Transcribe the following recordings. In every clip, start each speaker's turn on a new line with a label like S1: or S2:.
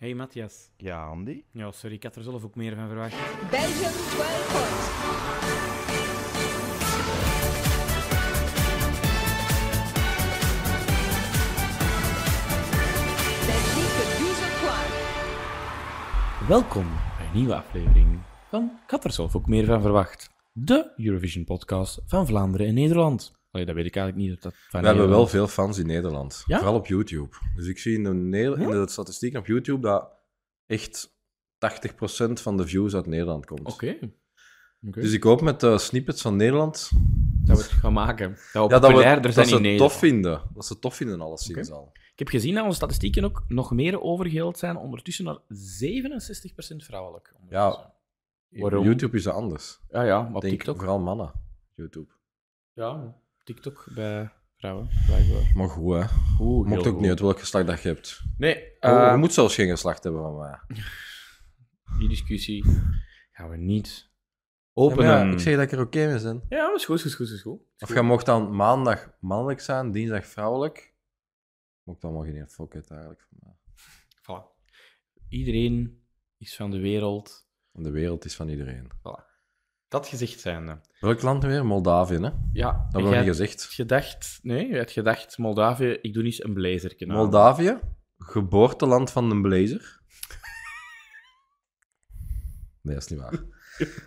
S1: Hey Matthias.
S2: Ja, Andy?
S1: Ja, sorry, ik had er zelf ook meer van verwacht.
S3: Belgium 12 points. Belgique 12 points.
S4: Welkom bij een nieuwe aflevering van Ik had er zelf ook meer van verwacht. De Eurovision-podcast van Vlaanderen en Nederland. Allee, dat weet ik eigenlijk niet. Dat dat van
S5: We hebben wel
S4: Nederland-
S5: veel fans in Nederland.
S4: Ja?
S5: Vooral op YouTube. Dus ik zie in de, ne- in de statistieken op YouTube dat echt 80% van de views uit Nederland komt.
S4: Oké. Oké.
S5: Dus ik hoop met de snippets van Nederland
S4: dat we het gaan maken. Dat we
S5: ja, dat, we,
S4: populairder
S5: dat
S4: zijn
S5: ze
S4: in
S5: het
S4: Nederland.
S5: tof vinden. Dat ze het tof vinden, alleszins al.
S4: Ik heb gezien dat onze statistieken ook nog meer overgeheeld zijn. Ondertussen naar 67% vrouwelijk. Ondertussen. Waarom?
S5: YouTube is dat anders.
S4: ja, ja, maar op
S5: Denk
S4: TikTok.
S5: vooral mannen. YouTube.
S4: Ja, TikTok bij vrouwen, blijkbaar.
S5: Maar goed, hè.
S4: Oeh,
S5: Mocht ook niet uit welk geslacht dat je hebt.
S4: Nee,
S5: Oh,
S4: eh,
S5: je moet zelfs geen geslacht hebben van mij.
S4: die discussie gaan we niet.
S5: Openen.
S4: Ja, maar ja,
S5: ik zeg dat ik er oké mee ben.
S4: Ja, maar is goed, is goed, is goed.
S5: Of jij mocht dan maandag mannelijk zijn, dinsdag vrouwelijk. Mocht allemaal geen fokket eigenlijk van mij.
S4: Voilà. Iedereen is van de wereld.
S5: Want de wereld is van iedereen.
S4: Dat gezegd zijnde.
S5: Welk land weer? Moldavië, hè?
S4: Ja, en
S5: Dat
S4: jij
S5: wordt niet
S4: hebt
S5: gezegd.
S4: gedacht... Nee, je hebt gedacht, Moldavië, ik doe niet een blazerken aan.
S5: Moldavië, geboorteland van de blazer. Nee, dat is niet waar.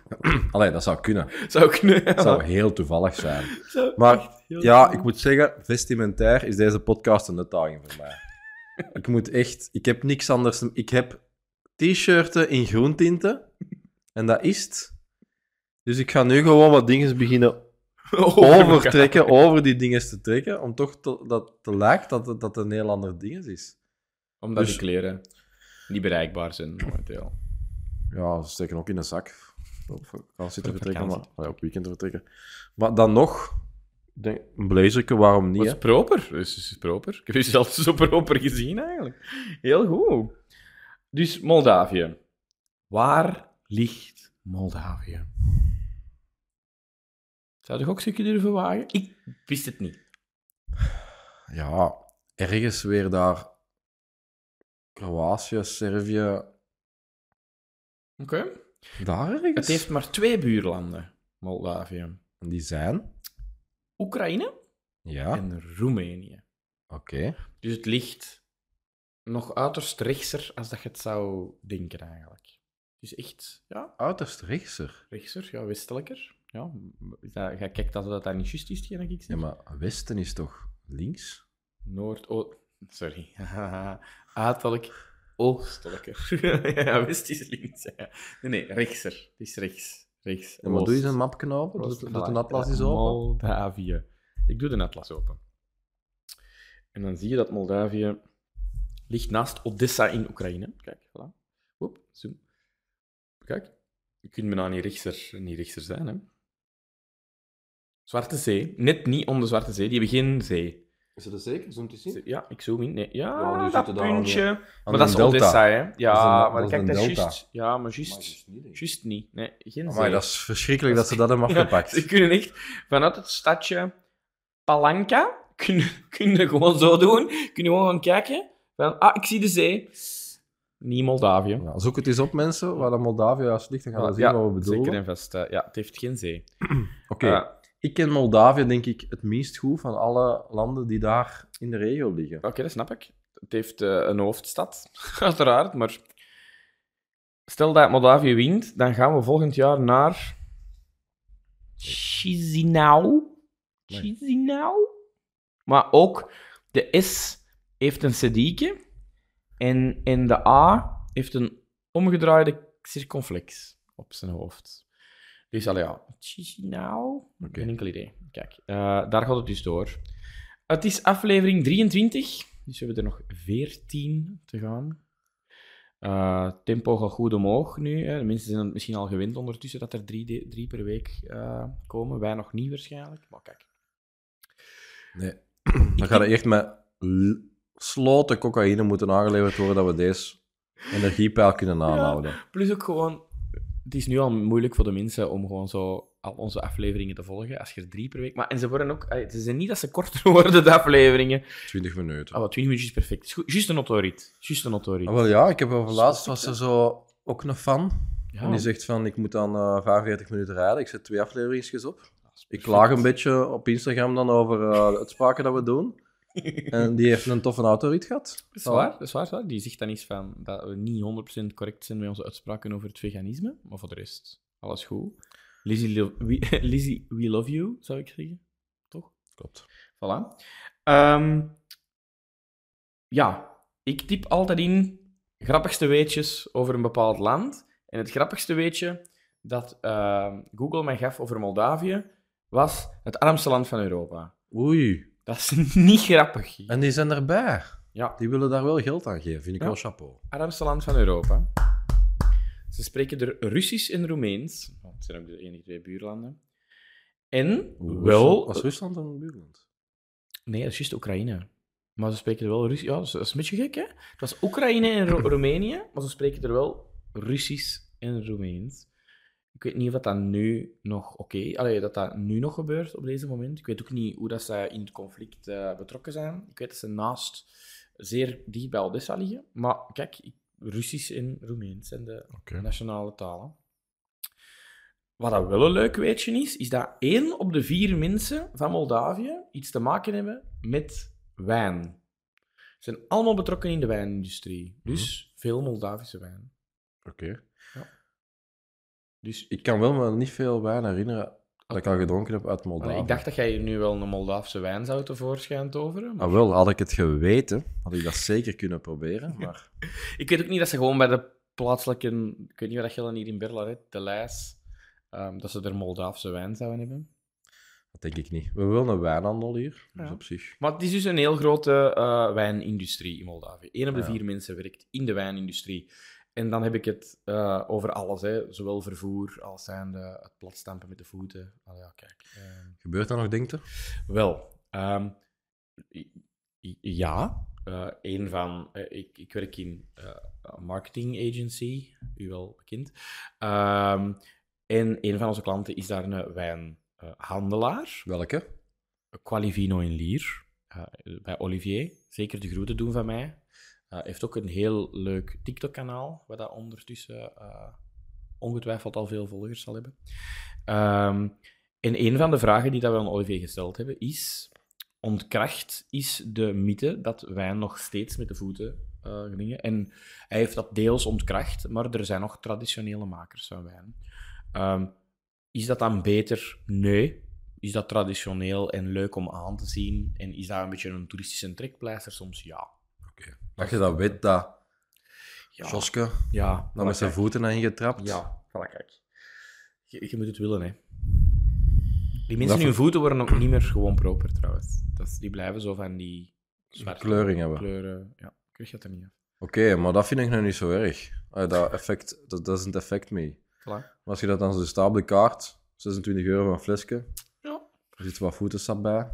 S5: Allee, dat zou kunnen.
S4: Zou kunnen.
S5: Dat zou heel toevallig zijn.
S4: Zou
S5: Maar-
S4: echt heel-
S5: Ja, ik moet zeggen, vestimentair is deze podcast een uitdaging voor mij. Ik moet echt... Ik heb niks anders... Ik heb t-shirten in groentinten. En dat is het. Dus ik ga nu gewoon wat dingen beginnen overtrekken, over die dingen te trekken, om toch te, dat te lijkt dat het dat een heel ander ding is.
S4: Omdat
S5: Dus-
S4: die kleren niet bereikbaar zijn momenteel.
S5: Ja, ze steken ook in een zak. Op vakantie te
S4: Voor de
S5: vertrekken, maar,
S4: vakantie.
S5: ja, op weekend te vertrekken. Maar dan nog, ik denk, een blazerke, waarom niet?
S4: Maar het
S5: hè?
S4: is proper. Het is, het is proper. Ik heb je zelf zo proper gezien, eigenlijk. Heel goed. Dus Moldavië. Waar ligt Moldavië? Zou je ook een stukje durven wagen? Ik wist het niet.
S5: Ja, ergens weer daar. Kroatië, Servië,
S4: Oké.
S5: daar
S4: Het
S5: ergens.
S4: heeft maar twee buurlanden, Moldavië.
S5: En Die zijn?
S4: Oekraïne
S5: Ja, oké.
S4: en Roemenië. Dus het ligt nog uiterst rechtser als dat je het zou denken, eigenlijk. Dus echt, ja,
S5: Uiterst rechtser.
S4: rechtser, ja, westelijker. Ja, is dat, jij kijkt alsof dat dat niet juist is, hetgeen dat ik zeg.
S5: Ja, maar Westen is toch links?
S4: Noord... o- sorry. Uiterlijk oostelijker. ja, west is links. ja. Nee, nee, rechtser. Het is rechts. Rechts.
S5: Ja, maar doe eens
S4: Oost.
S5: een map open?
S4: Oost.
S5: Doe, doe
S4: Voilà.
S5: een atlas eens
S4: Ja,
S5: open?
S4: Eh, Moldavië. Ik doe de atlas open. En dan zie je dat Moldavië ligt naast Odessa in Oekraïne. Kijk, voilà. Oep, zoom. Kijk. Je kunt bijna niet rechtser, niet rechtser zijn, hè. Zwarte Zee. Net niet om de Zwarte Zee. Die hebben geen zee.
S5: Is dat zeker? Zoom te
S4: Ja, ik zoom in. Nee. Ja,
S5: Ja, die
S4: dat
S5: zitten daar aan de-
S4: puntje.
S5: Aan
S4: maar dat
S5: een
S4: is
S5: delta.
S4: Odessa, hè? Ja,
S5: Dat is een-
S4: maar
S5: dat is
S4: kijk,
S5: een
S4: dat is
S5: delta.
S4: juist. Ja, maar
S5: Maar dat
S4: juist.
S5: is niet, denk ik.
S4: Juist niet. Nee, geen
S5: Amai,
S4: zee.
S5: dat is verschrikkelijk dat ze dat hebben afgepakt.
S4: Ze kunnen echt vanuit het stadje Palanca, kunnen, kunnen gewoon zo doen, kunnen gewoon gaan kijken. Van, ah, ik zie de zee. Niet Moldavië.
S5: Ja, zoek het eens op, mensen, waar dat Moldavië juist ligt. Dan gaan we zien wat we bedoelen.
S4: Zeker en vast. eh, ja, het heeft geen zee.
S5: Oké,
S4: Eh,
S5: ik ken Moldavië denk ik het meest goed van alle landen die daar in de regio liggen.
S4: Oké, dat snap ik. Het heeft eh, een hoofdstad, uiteraard, maar stel dat Moldavië wint, dan gaan we volgend jaar naar Chisinau.
S5: Nee.
S4: Chisinau. Maar ook de S heeft een sedieke en, en de A heeft een omgedraaide circonflex op zijn hoofd. Dus allee, ja, Chisinau.
S5: Oké.
S4: Geen enkel idee. Kijk, eh, daar gaat het dus door. Het is aflevering 23, dus we hebben er nog 14 te gaan. Eh, tempo gaat goed omhoog nu. Hè. De mensen zijn het misschien al gewend ondertussen dat er drie, de- drie per week eh, komen. Wij nog niet waarschijnlijk. Maar kijk.
S5: Nee. Dan gaat het echt met l- sloten cocaïne moeten aangeleverd worden dat we deze energiepeil kunnen aanhouden.
S4: Plus ook gewoon, het is nu al moeilijk voor de mensen om gewoon zo al onze afleveringen te volgen, als je er drie per week... Maar, en ze worden ook... allee, Het is niet dat ze korter worden, de afleveringen.
S5: 20 minuten.
S4: Ah, wat 20 minuutjes is perfect. Is goed. Juist een autorit. Juist een autorit.
S5: Ah, wel ja, ik heb
S4: Dus
S5: over laatst was er zo ook een fan.
S4: Ja.
S5: En die zegt van, ik moet dan eh, 45 minuten rijden. Ik zet twee afleveringen op.
S4: Ah,
S5: Ik klaag een beetje op Instagram dan over eh, de uitspraken dat we doen. En die heeft een toffe autorit gehad.
S4: Dat is waar, dat is waar, dat is waar. Die zegt dan iets van dat we niet 100% correct zijn met onze uitspraken over het veganisme. Maar voor de rest, alles goed. Lizzie, lo- we, Lizzie, we love you, zou ik zeggen.
S5: Klopt.
S4: Voilà. Ehm, ja, ik typ altijd in grappigste weetjes over een bepaald land. En het grappigste weetje dat ehm, Google mij gaf over Moldavië was het armste land van Europa.
S5: Oei.
S4: Dat is niet grappig.
S5: En die zijn erbij.
S4: Ja.
S5: Die willen daar wel geld aan geven. Vind ik
S4: Ja.
S5: wel chapeau.
S4: armste land van Europa. Ze spreken er Russisch en Roemeens. Want het zijn ook de enige twee buurlanden. En wel...
S5: Was Rusland een buurland?
S4: Nee, dat is juist Oekraïne. Maar ze spreken er wel Russisch. Ja, dat is, dat is een beetje gek, hè? Het was Oekraïne en Ro- Roemenië, maar ze spreken er wel Russisch en Roemeens. Ik weet niet of dat dan nu nog oké... Allee, dat dat nu nog gebeurt op deze moment. Ik weet ook niet hoe dat ze in het conflict eh, betrokken zijn. Ik weet dat ze naast zeer dicht bij Odessa liggen. Maar kijk, ik- Russisch en Roemeens zijn de
S5: Oké.
S4: nationale talen. Wat dat wel een leuk weetje is, is dat één op de vier mensen van Moldavië iets te maken hebben met wijn. Ze zijn allemaal betrokken in de wijnindustrie.
S5: Mhm.
S4: Dus veel Moldavische wijn.
S5: Oké.
S4: Dus
S5: Ik kan wel me niet veel wijn herinneren dat ik al gedronken heb uit Moldavië.
S4: Allee, ik dacht dat jij hier nu wel een Moldaafse wijn zou tevoorschijn toveren. maar-
S5: Ah, wel, had ik het geweten, had ik dat zeker kunnen proberen. Maar
S4: Ik weet ook niet dat ze gewoon bij de plaatselijke... Ik weet niet wat dat dan hier in Berlaret, de lijst, ehm, dat ze er Moldaafse wijn zouden hebben.
S5: dat denk ik niet. We hebben wel een wijnhandel hier, dus
S4: Ja.
S5: op zich.
S4: Maar het is dus een heel grote eh, wijnindustrie in Moldavië. Eén op de
S5: Ja.
S4: vier mensen werkt in de wijnindustrie. En dan heb ik het eh, over alles, hè. zowel vervoer als zijnde het platstampen met de voeten. Allee, ja, kijk. ehm,
S5: Gebeurt dat nog, denk je?
S4: Wel, ehm, i- i- ja. Eh, een van, eh, ik, ik werk in eh, een marketing agency, u wel bekend. Ehm, en een van onze klanten is daar een wijnhandelaar,
S5: Welke?
S4: Qualivino in Lier, eh, bij Olivier. Zeker de groeten doen van mij. Eh heeft ook een heel leuk TikTok-kanaal, waar dat ondertussen eh, ongetwijfeld al veel volgers zal hebben. Ehm, en een van de vragen die dat we aan Olivier gesteld hebben is: ontkracht is de mythe dat wijn nog steeds met de voeten eh, dingen. En hij heeft dat deels ontkracht, maar er zijn nog traditionele makers van wijn. Ehm, is dat dan beter? Nee. Is dat traditioneel en leuk om aan te zien? En is dat een beetje een toeristische trekpleister? Soms ja.
S5: Dat je dat weet, dat
S4: Ja,
S5: Joske,
S4: ja
S5: dat met zijn voeten aan getrapt.
S4: Ja, voilà, kijk. Je, je moet het willen, hè. Die mensen
S5: Dat-
S4: hun voeten worden ook niet meer gewoon proper, trouwens. Dat, is- die blijven zo van die zwarte
S5: kleuring hebben.
S4: kleuren. Ja, ik krijg dat er niet af.
S5: Oké, maar dat vind ik nou niet zo erg. Ah, dat effect, dat doesn't affect me.
S4: Voilà.
S5: Maar als je dat dan zo staat op de kaart, 26 euro van een flesje,
S4: Ja.
S5: er zit wat voetensap bij.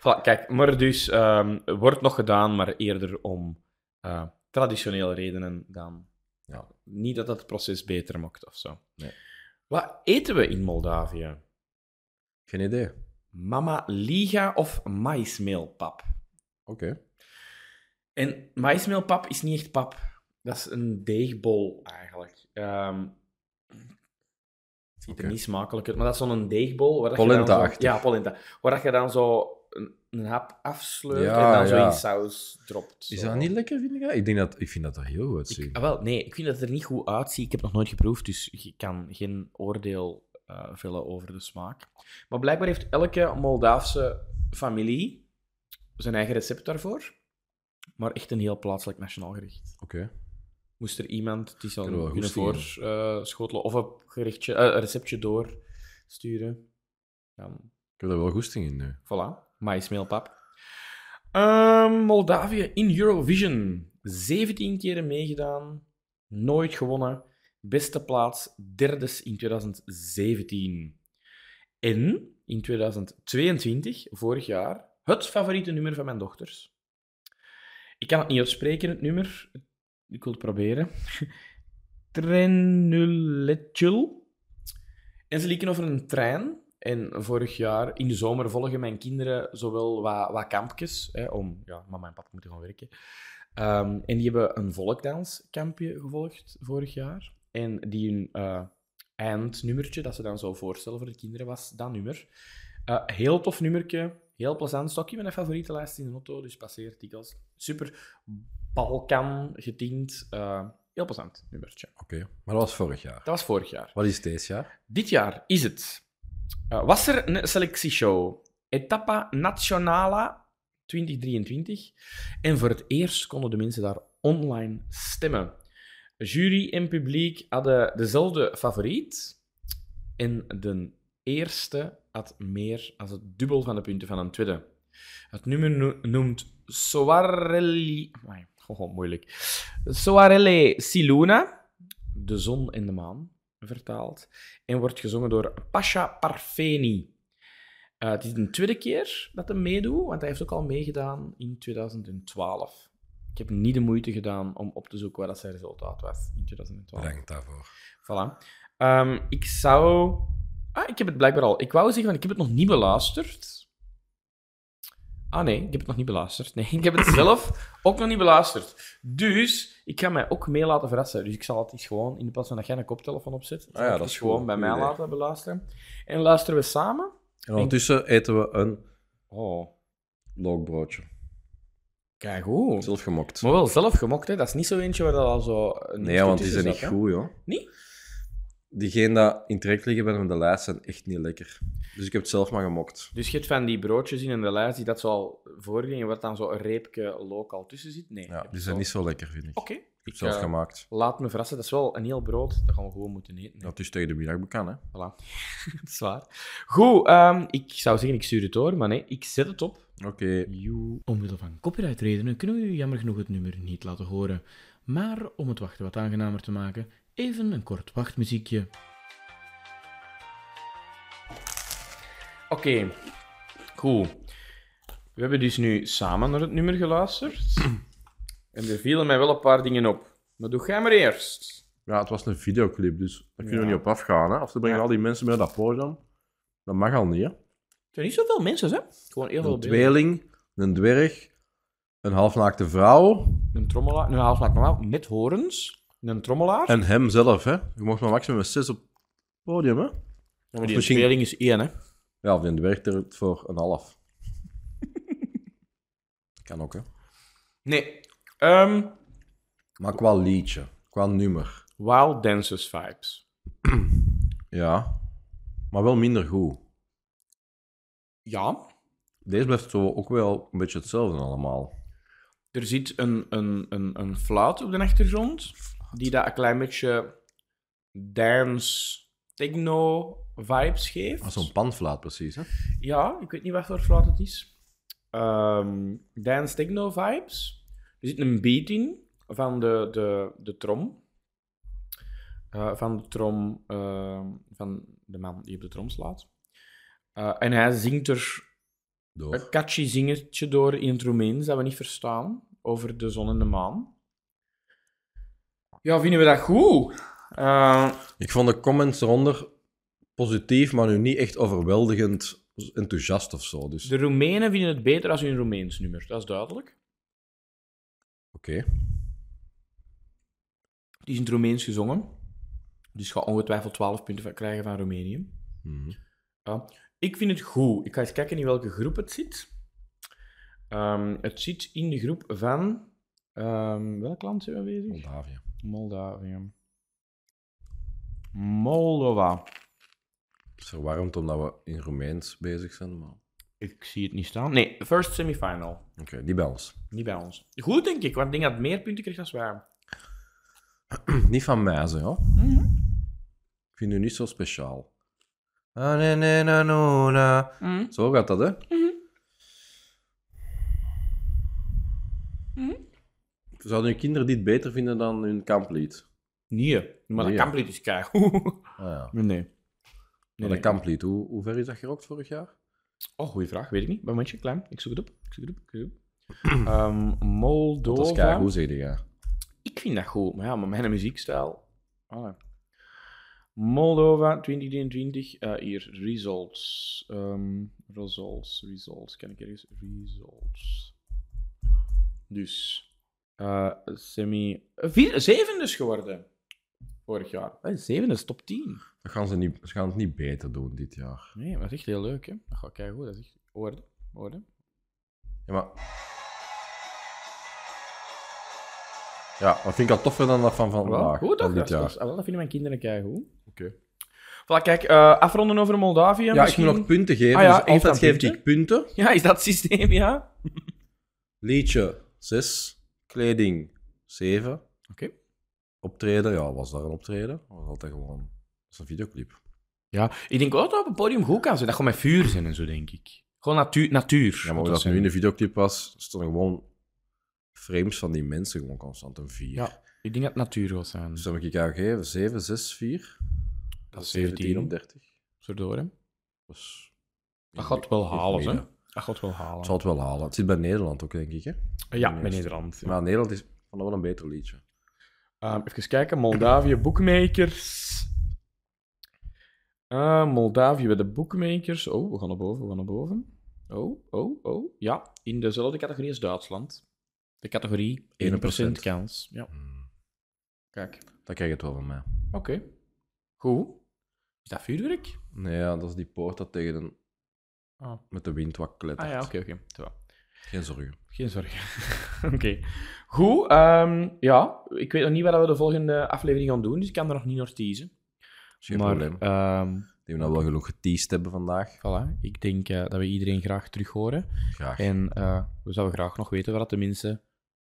S4: Voilà, kijk, maar dus, ehm, wordt nog gedaan, maar eerder om eh, traditionele redenen dan...
S5: Ja.
S4: Niet dat dat het proces beter maakt of zo.
S5: Nee.
S4: Wat eten we in Moldavië?
S5: Geen idee. Oké.
S4: Mama liga of maismeelpap? En maïsmeelpap is niet echt pap. Dat is een deegbol eigenlijk. Ehm, het ziet
S5: Oké.
S4: er niet smakelijk uit, maar dat is zo'n deegbol. Waar dat je dan zo,
S5: Polenta-achtig.
S4: Ja, polenta. Waar dat je dan zo een, een hap afsleurt
S5: Ja,
S4: en dan zo
S5: ja.
S4: in saus dropt.
S5: Is
S4: zo.
S5: dat niet lekker, vind ik? Ik, denk dat, ik vind dat er heel goed
S4: Ik-
S5: uitzien.
S4: ah, wel, nee, ik vind dat het er niet goed uitziet. Ik heb nog nooit geproefd, dus je kan geen oordeel eh, vellen over de smaak. Maar blijkbaar heeft elke Moldaafse familie zijn eigen recept daarvoor. Maar echt een heel plaatselijk nationaal gericht.
S5: Oké.
S4: Moest er iemand het is al
S5: Kunnen we wel
S4: kunnen
S5: goed
S4: voorschotelen of een, gerechtje, eh, een receptje doorsturen. Dan,
S5: Ik heb er wel goesting in nu.
S4: voilà, maïsmeelpap. Ehm Moldavië in Eurovision. 17 keren meegedaan, nooit gewonnen. Beste plaats, derdes in 2017. En in 2022, vorig jaar, het favoriete nummer van mijn dochters. Ik kan het niet uitspreken, het nummer. Ik wil het proberen. Trenuletjul. En ze lieken over een trein. En vorig jaar, in de zomer, volgen mijn kinderen zowel wat, wat kampjes, hè, om ja, mama en papa moeten gaan werken. Ehm, en die hebben een volkdanskampje gevolgd vorig jaar. En die hun eh, eindnummertje, dat ze dan zo voorstellen voor de kinderen, was dat nummer. Eh, heel tof nummertje, heel plezant. Stokje mijn favoriete lijst in de auto, dus passeert dikwijls. Super Balkan getint, eh, heel plezant nummertje.
S5: maar dat was vorig jaar.
S4: Dat was vorig jaar.
S5: Wat is dit jaar?
S4: Dit jaar is het. eh, was er een selectieshow? Etapa Nacionala 2023. En voor het eerst konden de mensen daar online stemmen. Jury en publiek hadden dezelfde favoriet. En de eerste had meer als het dubbel van de punten van een tweede. Het nummer no- noemt Soarelli... Amai, Goh, moeilijk. Soarelle Siluna, de zon en de maan, vertaald en wordt gezongen door Pasha Parfeni. Eh, het is de tweede keer dat hij meedoet, want hij heeft ook al meegedaan in 2012. Ik heb niet de moeite gedaan om op te zoeken wat dat zijn resultaat was in 2012.
S5: Bedankt daarvoor.
S4: Voilà. Ehm, ik zou... Ah, ik heb het blijkbaar al. Ik wou zeggen, want ik heb het nog niet beluisterd. Ah nee, ik heb het nog niet beluisterd. Nee, ik heb het zelf ook nog niet beluisterd. Dus ik ga mij ook mee laten verrassen. Dus ik zal het eens gewoon, in de plaats van dat jij een koptelefoon opzet, zal
S5: Ah ja,
S4: ik
S5: dat
S4: het
S5: is
S4: gewoon
S5: goed.
S4: bij
S5: Goed
S4: mij
S5: idee.
S4: laten beluisteren. En luisteren we samen?
S5: En ondertussen eten we een
S4: Oh,
S5: lookbroodje.
S4: kijk goed.
S5: Zelf gemokt.
S4: Maar wel zelf gemokt, hè. Dat is niet zo eentje waar dat al zo... een
S5: Nee,
S4: stuk
S5: want die
S4: tussen
S5: zijn niet
S4: zat, hè.
S5: goed, joh.
S4: Niet?
S5: Diegenen dat in trek liggen bij op de lijst zijn echt niet lekker. Dus ik heb het zelf maar gemokt.
S4: Dus je hebt van die broodjes in en de lijst die dat zo al voorgingen, wat dan zo een reepje lokaal tussen zit? Nee.
S5: Ja,
S4: heb
S5: die
S4: ik
S5: zijn
S4: zo-
S5: niet zo lekker, vind ik.
S4: Oké.
S5: Ik heb
S4: Ik
S5: het zelf
S4: eh,
S5: gemaakt.
S4: laat me verrassen. Dat is wel een heel brood. Dat gaan we gewoon moeten eten. hè.
S5: Dat is tegen de middag bekend, hè?
S4: Voilà. dat is waar. Goed, ehm, ik zou zeggen, ik stuur het door, maar nee, ik zet het op.
S5: Oké.
S1: You. Omwille van copyrightredenen kunnen we u jammer genoeg het nummer niet laten horen. Maar om het wachten wat aangenamer te maken, even een kort wachtmuziekje.
S4: Oké. Goed. We hebben dus nu samen naar het nummer geluisterd. en er vielen mij wel een paar dingen op. Maar doe jij maar eerst.
S5: Ja, het was een videoclip, dus daar kunnen we
S4: Ja.
S5: niet op afgaan. Hè? Of ze brengen
S4: Ja.
S5: al die mensen mee naar dat podium. Dat mag al niet, hè?
S4: Er zijn niet zoveel mensen, hè? Gewoon heel veel
S5: Een
S4: beelden.
S5: tweeling, een dwerg, een halfnaakte vrouw
S4: Een trommelaar, Nou, een half normaal, met horens. Een trommelaar.
S5: en hemzelf, hè? Je mocht maar maximum met zes op het podium, hè?
S4: Ja,
S5: of
S4: maar die
S5: misschien-
S4: speling is één, hè?
S5: Ja, of die dwerg telt voor een half. kan ook, hè?
S4: Nee. Ehm
S5: Maar qua liedje, qua nummer.
S4: wild Dances vibes.
S5: Ja, maar wel minder goed.
S4: Ja,
S5: Deze blijft zo ook wel een beetje hetzelfde allemaal.
S4: er zit een, een, een, een fluit op de achtergrond, die daar een klein beetje dance, techno vibes geeft.
S5: Als zo'n panflaat precies, hè?
S4: Ja, ik weet niet wat voor fluit het is. Ehm, dance, techno vibes. Er zit een beat in van de, de, de trom. Eh, van de trom, ehm, van de man die op de trom slaat. Eh, en hij zingt er
S5: Door.
S4: Een catchy zingertje door in het Roemeens dat we niet verstaan over de zon en de maan. Ja, vinden we dat goed? Eh,
S5: Ik vond de comments eronder positief, maar nu niet echt overweldigend enthousiast of zo. Dus
S4: de Roemenen vinden het beter als hun Roemeens nummer, dat is duidelijk.
S5: oké.
S4: Het is in het Roemeens gezongen, dus ga ongetwijfeld 12 punten van- krijgen van Roemenië.
S5: Mhm.
S4: Ja. Ik vind het goed. Ik ga eens kijken in welke groep het zit. Ehm, het zit in de groep van... ehm, welk land zijn we bezig?
S5: Moldavië.
S4: Moldavië. Moldova.
S5: Het is verwarmd omdat we in Roemeens bezig zijn. Maar... Oké,
S4: Ik zie het niet staan. Nee, first semifinal.
S5: die bij ons.
S4: Niet bij ons. Goed, denk ik, want ik denk dat het meer punten kreeg dan wij.
S5: Niet van mij, hè? Ik vind u niet zo speciaal. Ah, nee, nee, na, no, na. Zo gaat dat, hè? Zouden uw kinderen dit beter vinden dan hun kamplied?
S4: Nee, maar
S5: Nee,
S4: dat
S5: ja.
S4: kamplied is kei.
S5: Ah, ja.
S4: nee. nee,
S5: Maar dat kamplied, hoe, hoe ver is dat gerokt vorig jaar?
S4: Oh, goede vraag. Weet ik niet. Momentje, klein. Ik zoek het op. Ik zoek het op. Ik zoek het op. Ehm, Moldova.
S5: Dat is kei goed, zeg je. Ah,
S4: Ik vind dat goed, maar ja, maar mijn muziekstijl. Allee. Moldova 2023. Eh, hier, results. Ehm, results, results. Kan ik ergens? Results. Dus, eh, semi... Vier, zeven dus geworden. Vorig jaar. Eh, zeven is top 10.
S5: Dan gaan ze, niet, ze gaan het niet beter doen dit jaar.
S4: Nee, maar dat is echt heel leuk, hè. Dat gaat keigoed. Dat is echt... Orde, orde.
S5: Ja, maar... Ja, dat vind ik al toffer dan dat van vandaag.
S4: Goed, toch?
S5: dan dit
S4: Dat, is-
S5: jaar.
S4: dat is- ah, wel, dat vinden mijn kinderen keigoed.
S5: Oké.
S4: Voilà, kijk, eh, afronden over Moldavië
S5: Ja,
S4: misschien.
S5: ik moet nog punten geven.
S4: Ah ja,
S5: dus
S4: heeft
S5: altijd
S4: dat
S5: geef
S4: punten?
S5: ik punten.
S4: Ja, is dat het systeem, ja?
S5: Liedje 6. Kleding 7.
S4: Oké.
S5: Optreden, ja, was daar een optreden? Dat was altijd gewoon. Dat is een videoclip.
S4: Ja, ik denk wel dat dat op een podium goed kan zijn. Dat gewoon met vuur zijn en zo, denk ik. Gewoon natuur. natuur
S5: Ja, maar
S4: moet
S5: hoe dat
S4: zijn.
S5: nu in de videoclip was, stonden gewoon frames van die mensen gewoon constant een 4.
S4: Ja, ik denk dat het natuur wil zijn.
S5: Dus dan moet ik jou geven 7, 6, 4.
S4: dat is
S5: 17 op
S4: 17.
S5: 30.
S4: Zo door, hè?
S5: Dus,
S4: Dat gaat het wel
S5: in de
S4: halen, hè?
S5: midden.
S4: Dat gaat het wel
S5: Het
S4: halen.
S5: zal het wel halen. Het zit bij Nederland ook, denk ik. Hè?
S4: Ja, bij Nederland. Ja.
S5: Maar Nederland is van wel een beter liedje.
S4: Ehm, even kijken, Moldavië, bookmakers. Eh, Moldavië bij de bookmakers. Oh, we gaan naar boven, we gaan naar boven. Oh, oh, oh. Ja, in dezelfde categorie als Duitsland. De categorie 1%
S5: 1%
S4: kans. Ja,
S5: Mm.
S4: kijk.
S5: Dat krijg je het wel van mij.
S4: Oké. Goed. Is dat vuurwerk?
S5: Nee, ja, dat is die poort dat tegen een,
S4: Ah,
S5: met de wind wat klettert.
S4: ah ja, oké, oké. Zo.
S5: Geen zorgen.
S4: Geen zorgen. oké. Goed. ehm, ja, ik weet nog niet wat we de volgende aflevering gaan doen, dus ik kan er nog niet naar teasen.
S5: Is geen
S4: maar,
S5: probleem.
S4: ehm,
S5: Die we nou wel genoeg geteased hebben vandaag.
S4: Voilà, ik denk eh, dat we iedereen graag terug horen.
S5: Graag.
S4: En eh, we zouden graag nog weten wat de mensen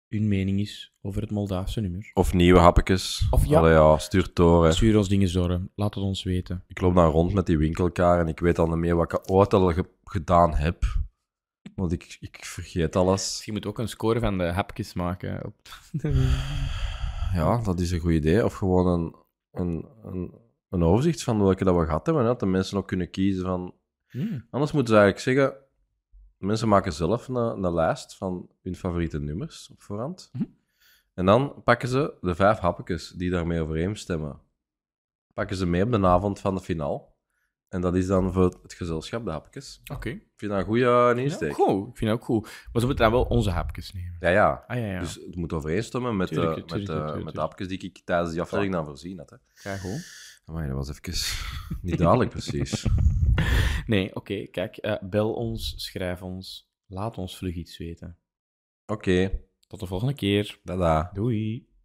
S4: hun mening is over het Moldaafse nummer.
S5: Of nieuwe happetjes.
S4: Of ja.
S5: Allee, ja, stuur het door. hè.
S4: Stuur ons dingen door, hè. laat het ons weten.
S5: Ik loop dan rond met die winkelkaar en ik weet al niet meer wat ik ooit al ge- gedaan heb. Want ik, ik vergeet alles.
S4: Misschien moet ook een score van de hapjes maken. Op...
S5: Ja, dat is een goed idee. Of gewoon een, een, een, een overzicht van welke dat we gehad hebben. Hè? Dat de mensen ook kunnen kiezen van...
S4: Hmm.
S5: Anders moeten ze eigenlijk zeggen... Mensen maken zelf een, een lijst van hun favoriete nummers op voorhand.
S4: Mhm.
S5: En dan pakken ze de vijf happetjes die daarmee overeenstemmen. Pakken ze mee op de avond van de finale. En dat is dan voor het gezelschap, de happetjes.
S4: Oké.
S5: Ik vind dat een goede
S4: Ja,
S5: insteek. Ja,
S4: goed, ik vind dat ook goed. Maar ze moeten dan wel onze hapjes nemen.
S5: ja,
S4: Ah ja, ja.
S5: Dus het moet overeenstemmen met,
S4: Tuurlijk,
S5: de,
S4: tuurlijk,
S5: met, de-
S4: tuurlijk,
S5: met de
S4: tuurlijk.
S5: hapjes die ik tijdens die aflevering dan voorzien had. Hè.
S4: Kijk, goed.
S5: Amai, dat was even niet duidelijk precies.
S4: Nee, oké, kijk. eh, bel ons, schrijf ons, laat ons vlug iets weten.
S5: Oké,
S4: Tot de volgende keer.
S5: dada.
S4: Doei.